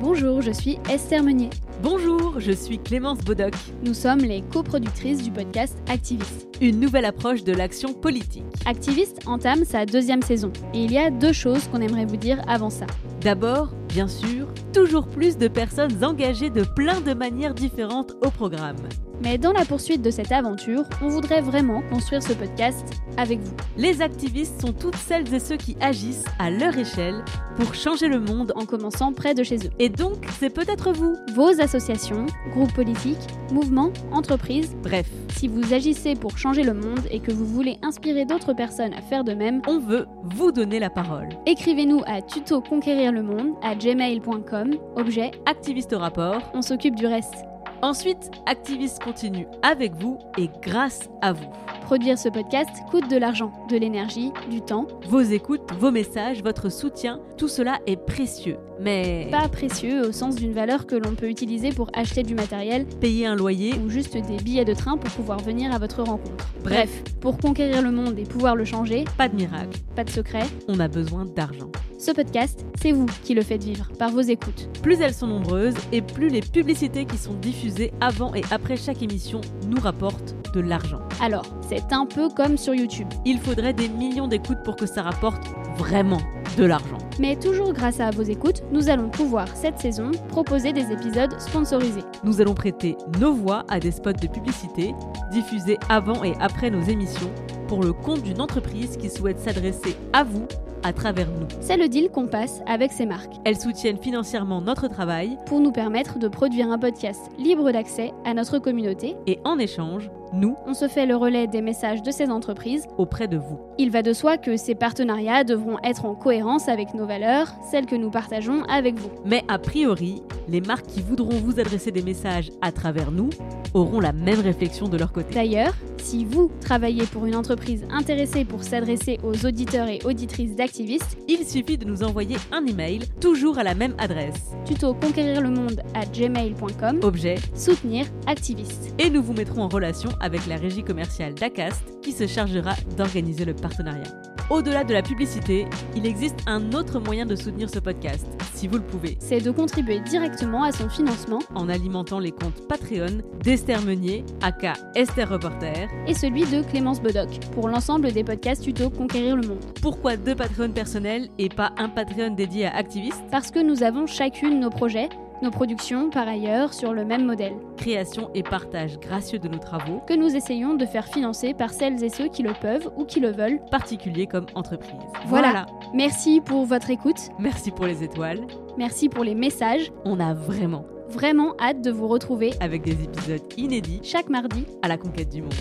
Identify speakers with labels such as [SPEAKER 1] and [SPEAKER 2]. [SPEAKER 1] Bonjour, je suis Esther Meunier.
[SPEAKER 2] Bonjour, je suis Clémence Bodoc.
[SPEAKER 1] Nous sommes les coproductrices du podcast Activiste.
[SPEAKER 2] Une nouvelle approche de l'action politique.
[SPEAKER 1] Activiste entame sa deuxième saison et il y a deux choses qu'on aimerait vous dire avant ça.
[SPEAKER 2] D'abord, bien sûr, toujours plus de personnes engagées de plein de manières différentes au programme.
[SPEAKER 1] Mais dans la poursuite de cette aventure, on voudrait vraiment construire ce podcast avec vous.
[SPEAKER 2] Les activistes sont toutes celles et ceux qui agissent à leur échelle pour changer le monde
[SPEAKER 1] En commençant près de chez eux.
[SPEAKER 2] Et donc, c'est peut-être vous.
[SPEAKER 1] Vos associations, groupes politiques, mouvements, entreprises,
[SPEAKER 2] Bref,
[SPEAKER 1] si vous agissez pour changer le monde et que vous voulez inspirer d'autres personnes à faire de même,
[SPEAKER 2] on veut vous donner la parole.
[SPEAKER 1] écrivez-nous à tuto conquérir le monde à gmail.com, objet,
[SPEAKER 2] Activiste au rapport.
[SPEAKER 1] on s'occupe du reste.
[SPEAKER 2] Ensuite, Activiste continue avec vous et grâce à vous.
[SPEAKER 1] Produire ce podcast coûte de l'argent, de l'énergie, du temps,
[SPEAKER 2] Vos écoutes, vos messages, votre soutien, tout cela est précieux. Mais
[SPEAKER 1] pas précieux au sens d'une valeur que l'on peut utiliser pour acheter du matériel
[SPEAKER 2] payer un loyer,
[SPEAKER 1] ou juste des billets de train pour pouvoir venir à votre rencontre. Bref, pour conquérir le monde et pouvoir le changer,
[SPEAKER 2] pas de miracle,
[SPEAKER 1] pas de secret,
[SPEAKER 2] on a besoin d'argent.
[SPEAKER 1] ce podcast, c'est vous qui le faites vivre par vos écoutes.
[SPEAKER 2] Plus elles sont nombreuses et plus les publicités qui sont diffusées avant et après chaque émission nous rapportent de l'argent.
[SPEAKER 1] Alors, c'est un peu comme sur YouTube,
[SPEAKER 2] Il faudrait des millions d'écoutes pour que ça rapporte vraiment de l'argent.
[SPEAKER 1] mais toujours grâce à vos écoutes, nous allons pouvoir cette saison proposer des épisodes sponsorisés.
[SPEAKER 2] Nous allons prêter nos voix à des spots de publicité diffusés avant et après nos émissions pour le compte d'une entreprise qui souhaite s'adresser à vous à travers nous.
[SPEAKER 1] C'est le deal qu'on passe avec ces marques
[SPEAKER 2] Elles soutiennent financièrement notre travail
[SPEAKER 1] pour nous permettre de produire un podcast libre d'accès à notre communauté.
[SPEAKER 2] et en échange, nous,
[SPEAKER 1] On se fait le relais des messages de ces entreprises.
[SPEAKER 2] auprès de vous.
[SPEAKER 1] Il va de soi que ces partenariats devront être en cohérence avec nos valeurs, celles que nous partageons avec vous.
[SPEAKER 2] Mais a priori, les marques qui voudront vous adresser des messages à travers nous auront la même réflexion de leur côté.
[SPEAKER 1] D'ailleurs, si vous travaillez pour une entreprise intéressée pour s'adresser aux auditeurs et auditrices d'activistes,
[SPEAKER 2] Il suffit de nous envoyer un email, toujours à la même adresse,
[SPEAKER 1] tuto conquérir le monde à gmail.com,
[SPEAKER 2] objet,
[SPEAKER 1] soutenir activistes.
[SPEAKER 2] et nous vous mettrons en relation avec la régie commerciale d'ACAST qui se chargera d'organiser le partenariat. Au-delà de la publicité, il existe un autre moyen de soutenir ce podcast, si vous le pouvez,
[SPEAKER 1] C'est de contribuer directement à son financement
[SPEAKER 2] en alimentant les comptes Patreon d'Esther Meunier, aka Esther Reporter.
[SPEAKER 1] et celui de Clémence Bodoc pour l'ensemble des podcasts tuto conquérir le monde.
[SPEAKER 2] Pourquoi deux Patreons personnels et pas un Patreon dédié à activistes
[SPEAKER 1] Parce que nous avons chacune nos projets, nos productions par ailleurs sur le même modèle,
[SPEAKER 2] création et partage gracieux de nos travaux,
[SPEAKER 1] que nous essayons de faire financer par celles et ceux qui le peuvent ou qui le veulent.
[SPEAKER 2] particuliers comme entreprises.
[SPEAKER 1] Voilà. Merci pour votre écoute,
[SPEAKER 2] Merci pour les étoiles.
[SPEAKER 1] merci pour les messages,
[SPEAKER 2] On a vraiment,
[SPEAKER 1] vraiment hâte de vous retrouver
[SPEAKER 2] avec des épisodes inédits,
[SPEAKER 1] chaque mardi
[SPEAKER 2] à la conquête du monde.